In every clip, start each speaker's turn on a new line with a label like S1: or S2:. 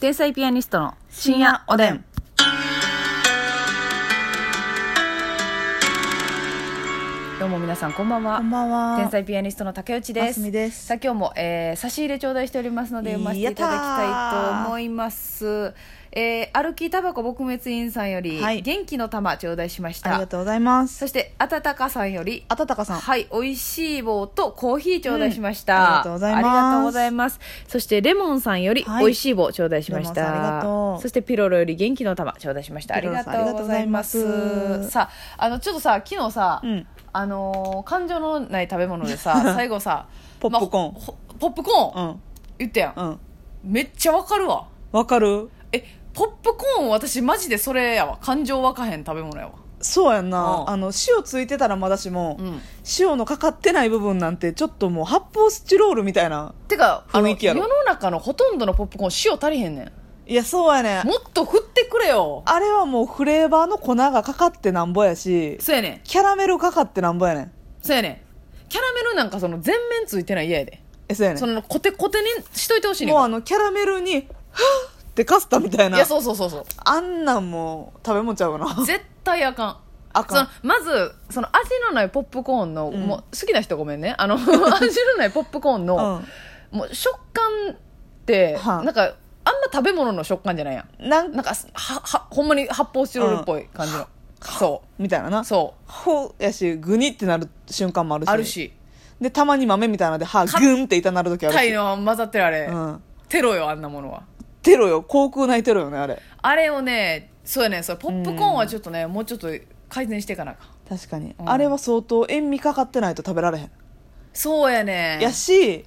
S1: 天才ピアニストの深夜おでん。どうも皆さんこんばんは。
S2: こんばんは。
S1: 天才ピアニストの竹内です。
S2: ますみです
S1: さあ今日も、えー、差し入れ頂戴しておりますので読ませていただきたいと思います。えー、歩きタバコ撲滅委員さんより、
S2: はい
S1: 元気の玉頂戴しまし
S2: あり
S1: た
S2: が。とうございます。
S1: そしてあたたかさんより
S2: あたたかさん。
S1: はい、美味しい棒とコーヒー頂戴しました、
S2: うんありがとうございま
S1: あ
S2: す
S1: りがとうございますそしてレモンさんより
S2: はい
S1: 美味しい棒頂戴しました、
S2: レモンさんありがとう
S1: そしてピロロより元気の玉頂戴しましたあ
S2: ピ
S1: り
S2: ロロ
S1: が
S2: さ
S1: と
S2: んありが
S1: う
S2: と
S1: ご
S2: うご
S1: ざ
S2: ざ
S1: い
S2: い
S1: ま
S2: ますす
S1: さああのちょっとさ昨日さ、
S2: うん
S1: あのー感情のない食べ物でさ 最後さ
S2: ポップコーン
S1: まあほポップコー
S2: う
S1: ン、
S2: ん。
S1: 言ったやん、
S2: うん。
S1: めっちゃわかるわ
S2: わかる
S1: えポップコーン私マジでそれやわ感情わかへん食べ物やわ
S2: そうやん
S1: う
S2: な。
S1: ん
S2: あの、塩ついてたらまだしも、
S1: うん
S2: 塩のかかってない部分なんて、ちょっともう発泡スチロールみたいな。
S1: てかあの
S2: 雰囲気や
S1: 世
S2: ろ
S1: の中のほとんどのポップコーン塩足りへんねん
S2: いや、そうやねん。
S1: もっと振ってくれよ
S2: あれはもうフレーバーの粉がかかってなんぼやし、
S1: そうやねん
S2: キャラメルかかってなんぼやねん。
S1: そうやねんキャラメルなんかその全面ついてない嫌やで
S2: え、そうやね
S1: そ
S2: ん。
S1: のコテコテにしといてほしいねん
S2: もうあの、キャラメルに、はぁってカスタみたい
S1: い
S2: な
S1: や。そうそうそうそ
S2: あんなんもう食べ物ちゃうかな
S1: う。絶対あかん
S2: あか
S1: そ
S2: ん
S1: のまずその味のないポップコーンの、
S2: うん
S1: もう好きな人ごめんねあ の味のないポップコーンの、もう食感って、
S2: はあ
S1: なんかあんま食べ物の食感じゃないやん
S2: うん。なん
S1: なん
S2: か、
S1: かははほんまに発泡スチロールっぽい感じの、そ
S2: みたいなな
S1: う。そう
S2: ほうやし、ぐにってなる瞬間もあるし。
S1: あるし
S2: でたまに豆みたいなので歯
S1: か
S2: グンって痛なる時ある
S1: タイ
S2: し、
S1: の混ざってるあれ、
S2: うん、
S1: テロよあんなものは
S2: テロよ航空内テロよねあれ
S1: あれをねそうやねそれポップコーンはちょっとね、もうちょっと改善していかなあかん
S2: 確かに、
S1: うん
S2: あれは相当塩味かかってないと食べられへん、
S1: そうやね
S2: やし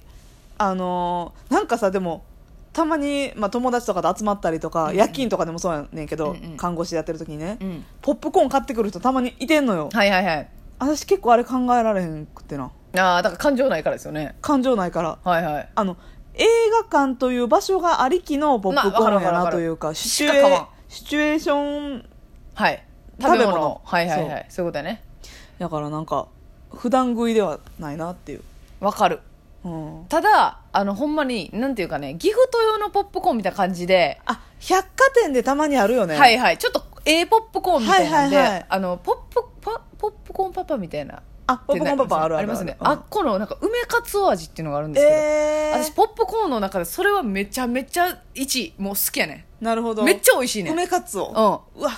S2: あのーなんかさでもたまに、まあ、友達とかと集まったりとか、夜勤とかでもそうやねんけど、
S1: うんうん
S2: 看護師やってる時にね、
S1: うん
S2: ポップコーン買ってくる人たまにいてんのよ、
S1: はいはいはい
S2: 私結構あれ考えられへんくってな
S1: ああだから感情ないからですよね
S2: 感情ないから
S1: はいはい
S2: あの映画館という場所がありきのポップコーン
S1: ま
S2: や
S1: あわかるわか
S2: な
S1: る
S2: というか,、シチ
S1: し
S2: ュ
S1: か買わん
S2: エシチュエーション
S1: はい食
S2: 食
S1: べ
S2: べ
S1: 物
S2: 物
S1: はいはいはいそういうことやね
S2: だからなんか普段食いではないなっていう、
S1: わかる
S2: うん、
S1: ただあのほんまになんていうかねギフト用のポップコーンみたいな感じで、
S2: あ百貨店でたまにあるよね
S1: はいはいちょっと A ポップコーンみたいなんで、
S2: はいはいはい
S1: あのポップパポップコーンパパみたいな
S2: あポップコーンパパあるある
S1: りますね、
S2: うん
S1: あっこのなんか梅かつお味っていうのがあるんですけど、
S2: え
S1: 私
S2: ー、
S1: ポップコーンの中でそれはめちゃめちゃ1もう好きやね
S2: なるほど
S1: んめっちゃ美味しいねん
S2: 梅かつお
S1: う
S2: うわ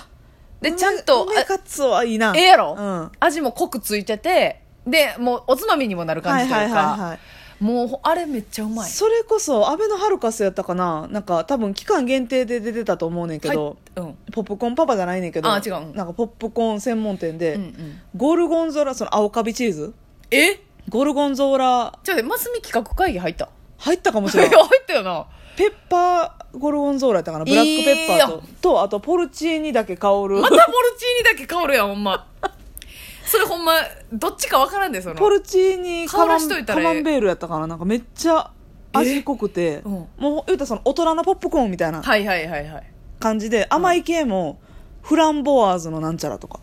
S1: で
S2: 梅
S1: ちゃんと
S2: 梅かつおはいいなん
S1: ええやろ、
S2: うん
S1: 味も濃くついててでもうおつまみにもなる
S2: は
S1: 感
S2: い
S1: じというか、
S2: はいはいはい
S1: もうあれめっちゃうまい
S2: それこそアベノハルカスやったかななんか多分期間限定で出てたと思うねんけど、
S1: はいうん
S2: ポップコーンパパじゃないねんけど
S1: あ違ううん
S2: なんかポップコーン専門店で、
S1: うんうん
S2: ゴルゴンゾーラその青カビチーズ
S1: え
S2: ゴルゴンゾーラ
S1: ちょっと待ってますみ企画会議入った
S2: 入ったかもし
S1: い
S2: れ
S1: や
S2: ない
S1: 入ったよな
S2: ペッパーゴルゴンゾーラやったかなブラックペッパーと、
S1: いい
S2: とあとポルチーニだけ香る、
S1: またポルチーニだけ香るやんほんま それほんまどっちかわからんでその
S2: ポルチーニカ
S1: 香
S2: マ
S1: ら
S2: ン
S1: しといたら
S2: カ
S1: ええ
S2: マンベールやったかななんかめっちゃ味濃くて、
S1: うん
S2: もう言うたらその大人のポップコーンみたいな
S1: はいはいはいはい
S2: 感じで甘い系もフランボワーズのなんちゃらとか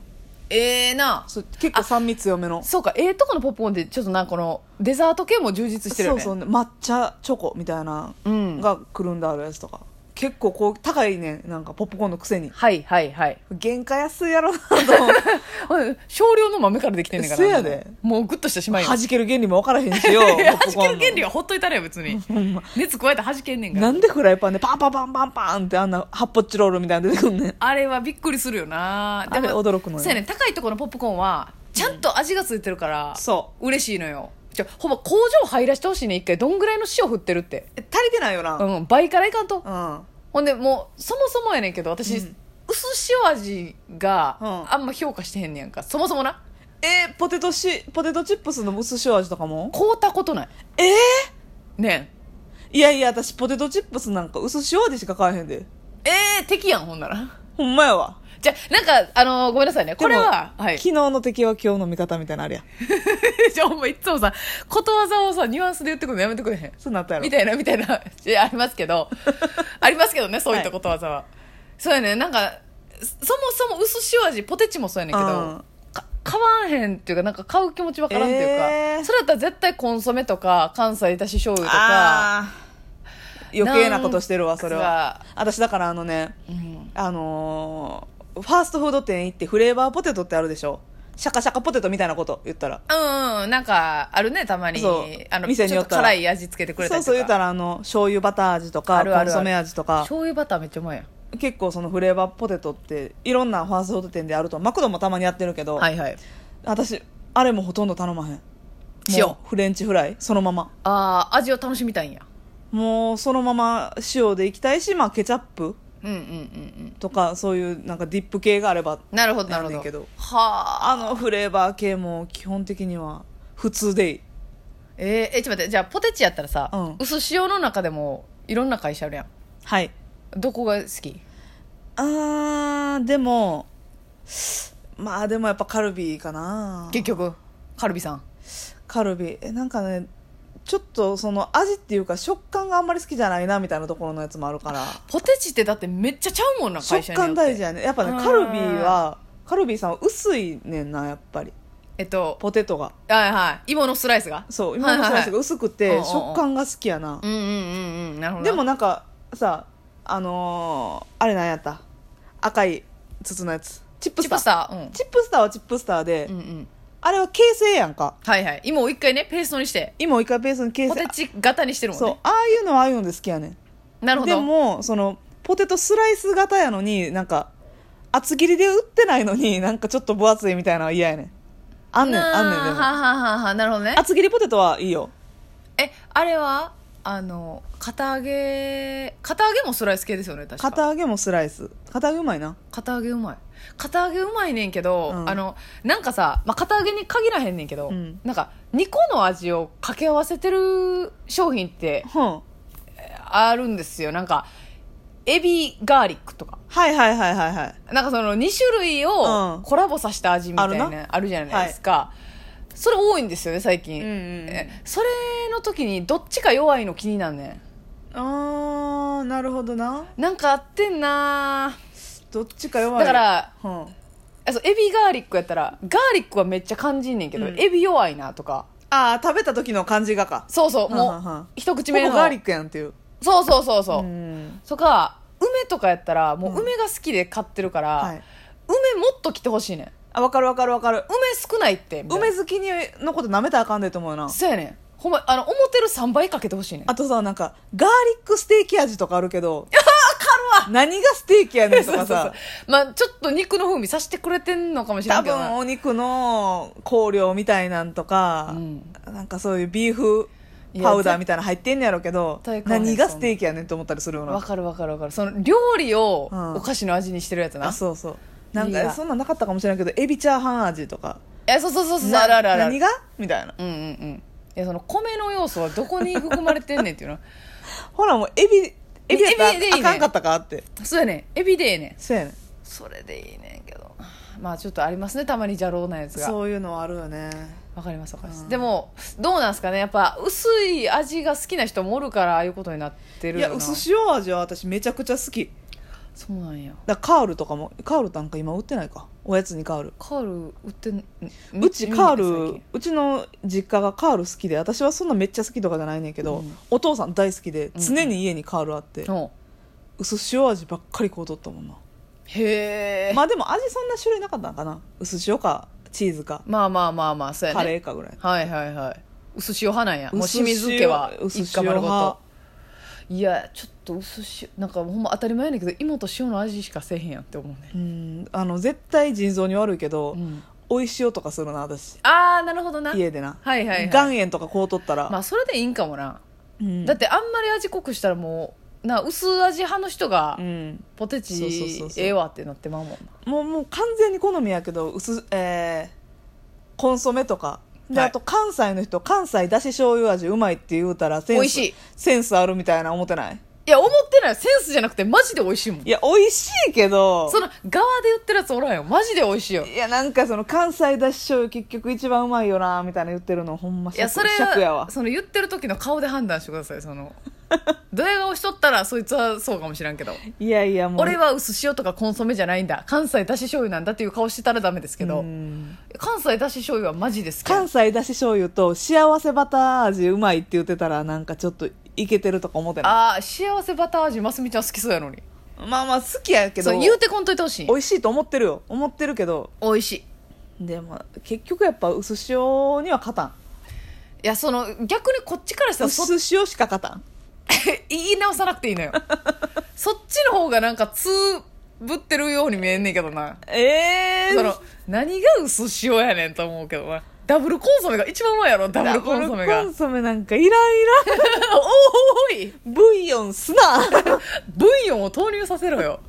S1: ええな
S2: そう結構酸味強めの
S1: そうかええとこのポップコーンってちょっとなんかこのデザート系も充実してるよ
S2: そう
S1: ね
S2: そう抹茶チョコみたいな
S1: うん
S2: がくるんであるやつとか、結構こう高いねなんかポップコーンのくせに
S1: はいはいはい
S2: 原価安いや ろなと思って
S1: うん少量の豆からできてんねんから
S2: せやで
S1: もうグッとしてしまいよ
S2: 弾 ける原理も分からへんしよ
S1: 弾
S2: ポップコー
S1: け
S2: ン
S1: る原
S2: の
S1: 理はほっといたらよ 別に熱加えて弾けんねんから
S2: なんでフライパンでパンパンパンパンパンってあんな発泡チロールみたいなの出てくんねん
S1: あれはびっくりするよな
S2: あれ驚くのよ
S1: そうやねん高いところのポップコーンはちゃんと味がついてるから、
S2: そう
S1: 嬉しいのよじゃほぼ工場入らしてほしいねん一回どんぐらいの塩振ってるって
S2: う足りてないよな
S1: うん倍からいかんと、
S2: うん
S1: ほんでもうそもそもやねんけど私、
S2: うん
S1: 薄塩味が
S2: うん
S1: あんま評価してへんねやんかそもそもな
S2: えーポテトしポテトチップスの薄塩味とかも
S1: 凍ったことない
S2: ええ
S1: ね
S2: いやいや私ポテトチップスなんか薄塩味しか買えへんで
S1: んえー、敵やんほんなら
S2: ほんまやわ
S1: じゃあなんかあのーごめんなさいねこれは、
S2: でも
S1: はい、
S2: 昨日の敵は今日の味方みたいなのあれや
S1: じゃあお前いつもさことわざをさニュアンスで言ってくるのやめてくれへん
S2: そうなったやろ
S1: みたいなみたいな いやありますけどありますけどねそういったことわざは、そうやねなんかそもそも薄塩味ポテチもそうやねんけど、
S2: うん
S1: か買わへんっていうかなんか買う気持ちわからんっていうか、
S2: えー
S1: それだったら絶対コンソメとか関西だし醤油とか
S2: あ余計なことしてるわ
S1: なんか
S2: それは私だからあのね
S1: うん
S2: あのーファーストフード店行ってフレーバーポテトってあるでしょシャカシャカポテトみたいなこと言ったら
S1: うんうんなんかあるねたまに
S2: そう
S1: あの
S2: 店に
S1: ち
S2: よ
S1: ょっ
S2: っ
S1: と
S2: たら
S1: 辛い味付けてくれた
S2: そ
S1: り
S2: う
S1: とか
S2: そう言ったらあの醤油バター味とか
S1: あるあるある
S2: コンソメ味とか
S1: 醤油バターめっちゃうまいやん
S2: 結構そのフレーバーポテトっていろんなファーストフード店であるとマクドもたまにやってるけど、
S1: はいはい
S2: 私あれもほとんど頼まへん
S1: 塩
S2: もうフレンチフライそのまま
S1: ああ味を楽しみたいんや
S2: もうそのまま塩でいきたいし、まあ、ケチャップ
S1: うんうんうんうん
S2: とかそういうなんかディップ系があれば
S1: なるほどなる
S2: なんねん
S1: ほ
S2: け
S1: ど
S2: ど
S1: はあ
S2: あのフレーバー系も基本的には普通でいい
S1: えーえちょっと待ってじゃあポテチやったらさ、
S2: うん
S1: 薄塩の中でもいろんな会社あるやん
S2: はい
S1: どこが好き
S2: あーでもまあでもやっぱカルビーかな
S1: 結局カルビさん
S2: カルビーえなんかねちょっとその味っていうか食感があんまり好きじゃないなみたいなところのやつもあるから
S1: ポテチってだってめっちゃちゃうもんな会社
S2: 食
S1: によって
S2: 感大事やねやっぱ
S1: うん
S2: ねカルビーはカルビーさんは薄いねんなやっぱり
S1: えっと
S2: ポテトが
S1: はいはい芋のスライスが
S2: そう今の
S1: はいは
S2: スラ
S1: い
S2: イスが薄く
S1: うんうんう
S2: て
S1: ん
S2: 食感が好きやな
S1: うんうんうんうんなるほど
S2: でもなんかさあのーあれなんやった赤い筒のやつチップ
S1: チ
S2: ス
S1: ップ
S2: タ
S1: ス
S2: ー
S1: ターうん
S2: チップスターはチップスターで、
S1: うんうん
S2: あれは形成やんか
S1: はいはい芋を一回ねペーストにして
S2: 今一回ベースに形成
S1: ポテチ型にしてるもん
S2: そう
S1: ね
S2: ああいうのはああいうので好きやねん
S1: なるほど
S2: でもそのポテトスライス型やのになんか厚切りで売ってないのになんかちょっと分厚いみたいなのは嫌やねんあんねん
S1: な
S2: あんねんで
S1: は
S2: も
S1: あはあはあはあなるほどね
S2: 厚切りポテトはいいよ
S1: えあれはあの片揚げ片揚げもスライス系ですよね確か
S2: 片揚げもスライス片揚げうまいな
S1: 片揚げうまい片揚げうまいねんけど、
S2: うん
S1: あのなんかさ、まあ、片揚げに限らへんねんけど、
S2: うん
S1: なんか2個の味を掛け合わせてる商品って
S2: うんはい
S1: あるんですよなんかエビガーリックとか
S2: はいはいはいはい
S1: なんかその2種類
S2: う
S1: を
S2: ん
S1: コラボさせた味みたいな、
S2: ある
S1: あるじゃないですか、それ多いんですよね最近、
S2: うんうんうん
S1: えそれの時にどっちか弱いの気になんね
S2: あーなるほどなん
S1: なんかあってんな
S2: どっちか弱い
S1: だから
S2: うん、あ
S1: あそうエビガーリックやったらガーリックはめっちゃ感じんねんけど、
S2: うん
S1: エビ弱いなとか
S2: あー食べた時の感じがか
S1: そうそう、
S2: はんはんは、
S1: もうん一口
S2: ここ
S1: 目の。
S2: ガーリックやんっていう
S1: そうそうそうそう。
S2: ん
S1: そっか、梅とかやったら、もううん梅が好きで買ってるから、
S2: はい
S1: 梅もっと来てほしいねん。
S2: あ分かる分かる分かる
S1: 梅少ないって。みたいな
S2: 梅好きにのこと舐めたらあかんでと思うな
S1: そうやねん。ほんま、あの、思ってる3倍かけてほしいねん。
S2: あとさなんかガーリックステーキ味とかあるけどあかるわ何がステーキやねん と
S1: そうそ
S2: か
S1: うそう
S2: さ。
S1: まあちょっと肉の風味さしてくれてんのかもしれ
S2: 多
S1: んけどな。
S2: 分お肉の香料みたいなんとか、
S1: うん
S2: なんかそういうビーフ
S1: いや
S2: パウダーみたいなの入ってんねやろうけど
S1: 絶対買わへん
S2: 何がステーキやねんと思ったりするよ
S1: わ
S2: な
S1: かるわかるわかる。その、料理を
S2: うん
S1: お菓子の味にしてるやつな。
S2: あそうそうなん
S1: いや
S2: かそんなんなかったかもしれないけどエビチャーハン味とか
S1: え、そうそうそうそう、
S2: な
S1: あるあるあるある。
S2: 何がみたいな
S1: うんうんうん。いや、その、米の要素はどこに含まれてんねんっていうの。
S2: ほらもうエビエビやったら
S1: エビでいいね
S2: あかんかったかって
S1: そうやねん。エビでええねん。
S2: そうやねん
S1: それでいいねんけどまあちょっとありますねたまに邪道なやつが
S2: そういうのはあるよね
S1: わかりますわかります、
S2: うん
S1: でもどうなんですかねやっぱ薄い味が好きな人もおるからああいうことになって
S2: い
S1: る
S2: や
S1: よな
S2: 薄塩味は私めちゃくちゃ好き
S1: そうなんや
S2: だからカールとかもカールなんか今売ってないかおやつにカール
S1: カール売ってんん
S2: うちカー
S1: 見
S2: ルうちの実家がカール好きで私はそんなめっちゃ好きとかじゃないねんけど、
S1: うん
S2: お父さん大好きで
S1: うん
S2: 常に家にカールあって、
S1: 最近うん
S2: 薄塩味ばっかりこうとったもんな
S1: へえ、
S2: まあでも味そんな種類なかったのかな薄塩かチーズか
S1: まあまあまあまあそうやね
S2: カレーかぐらい
S1: はいはいはい薄塩派なんやもう清水家は
S2: 薄塩
S1: 一家丸ごと
S2: 派
S1: いやちょっと薄塩なんかほんま当たり前やねんけど芋と塩の味しかせえへんやんって思うね、
S2: うんあの絶対腎臓に悪いけど、
S1: うん
S2: おいしおとかするな私
S1: ああなるほどな
S2: 家でな
S1: はいはいはい
S2: 岩塩とかこうとったら、
S1: まあそれでいいんかもな、
S2: うん
S1: だってあんまり味濃くしたらもうな薄味派の人が
S2: うん
S1: ポテ
S2: そうそうそう
S1: チ
S2: そう
S1: ええわってなってまうもんな
S2: もうもう完全に好みやけど薄、えーコンソメとかで、
S1: はい
S2: あと関西の人関西だし醤油味うまいって言うたらセン
S1: 美
S2: ス
S1: 味しい
S2: センスあるみたいな思ってない
S1: いや思ってないセンスじゃなくてマジで美味しいもん
S2: いや美味しいけど
S1: その側で売ってるやつおらんよマジで美味しいよ
S2: いやなんかその関西だし醤油結局一番うまいよなみたいな言ってるのほんま
S1: いやそれ
S2: 尺やわ
S1: その言ってる時の顔で判断してくださいその ドヤ顔しとったらそいつはそうかもしらんけど
S2: いやいやもう
S1: 俺は薄塩とかコンソメじゃないんだ関西だし醤油なんだっていう顔してたらダメですけど
S2: うん
S1: 関西だし醤油はマジで好きや
S2: 関西だし醤油と幸せバター味うまいって言ってたらなんかちょっといけてるとか思ってない
S1: ああ幸せバター味ますみちゃん好きそうやのに
S2: まあまあ好きやけど
S1: そう言うてこんといてほしい
S2: 美味しいと思ってるよ思ってるけど
S1: おいしいい
S2: でも結局やっぱ薄塩には勝たん
S1: やその逆にこっちからしたらそっ
S2: 薄塩しか勝たん
S1: 言い直さなくていいのよそっちの方がなんかつぶってるように見えんねんけどな
S2: ええ
S1: その何が薄塩やねんと思うけどなダブルコンソメが一番うまいやろダブ
S2: ダ
S1: ル
S2: ブ
S1: コン
S2: ル
S1: ソ
S2: コ
S1: メが
S2: ンソメなんかいらんいらん
S1: おーい
S2: ブイヨンすな
S1: ブイヨンを投入させろよ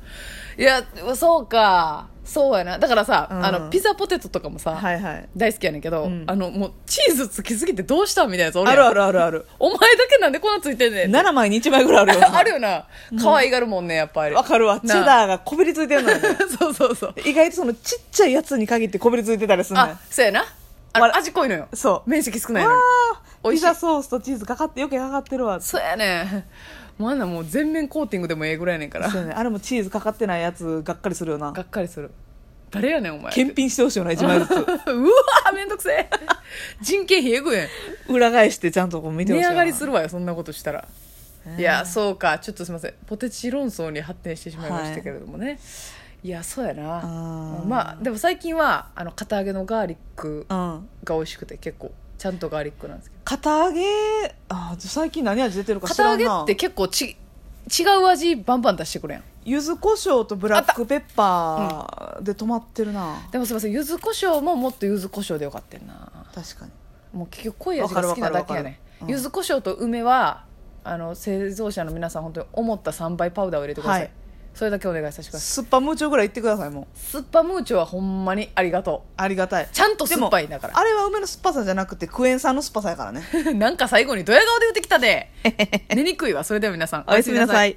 S1: いやそうかそうやなだからさ、
S2: うん
S1: あのピザポテトとかもさ、
S2: はいはい
S1: 大好きやねんけど、
S2: うん
S1: あのもうチーズつきすぎてどうしたんみたいなやつおる
S2: あ
S1: やん
S2: るあるあるある
S1: お前だけなんでこんなついてんねん
S2: 7枚に1枚ぐらいあるよ な
S1: あるよな可愛がるもんねやっぱり
S2: わかるわチェ
S1: なあ
S2: ダーがこびりついてるのよね
S1: そうそうそう
S2: 意外とそのちっちゃいやつに限ってこびりついてたりすんねん
S1: あそうやなあ
S2: わら
S1: の味濃いのよ
S2: そう
S1: 面積少ない
S2: わ
S1: のに
S2: あ
S1: 美味
S2: ピ
S1: しい
S2: ザソースとチーズかかってよくかかってるわ
S1: そうやねんもうあんなもう全面コーティングでもええぐらいやねんから
S2: そうやねあれもチーズかかってないやつがっかりするよな
S1: がっかりする誰やねんお前
S2: 検品してほしいよな1枚ず
S1: うわめんどくせえ人件費えぐいねん
S2: つ裏返してちゃんとこう見て
S1: 値
S2: ほしいよ
S1: 上
S2: な
S1: がりするわよそんなことしたらいやそうかちょっとすいませんポテチ論争に発展してしまいましたけれどもね、い、やそうやな
S2: ー
S1: まあでも最近はあの片揚げのガーリック
S2: うん
S1: が美味しくて結構ちゃんとガーリックなんですけど
S2: 片揚げあ最近何味出てるか知
S1: 片
S2: ら
S1: 揚
S2: んな
S1: げって結構ち違う味バンバン出してくれん
S2: 柚子胡椒とブラックペッパーで止まってるな、
S1: でもすいません柚子胡椒ももっと柚子胡椒でよかったよな
S2: 確かに
S1: もう結局濃い味が好きなだけやね
S2: わかるわかるわかるうん
S1: 柚子胡椒と梅はあの製造者の皆さん本当に思った3倍パウダーを入れてください、
S2: はい
S1: それだけお願いさせてください
S2: 酸っぱムーチョぐらい言ってくださいもう
S1: 酸っぱムーチョはほんまにありがと
S2: ありがたいう
S1: ちゃんと 酸っぱいんだから
S2: あれは梅の酸っぱさじゃなくてクエン酸の 酸っぱさやからね
S1: なんか最後にドヤ顔で言ってきたで寝にくいわそれでは皆さん
S2: おやすみなさい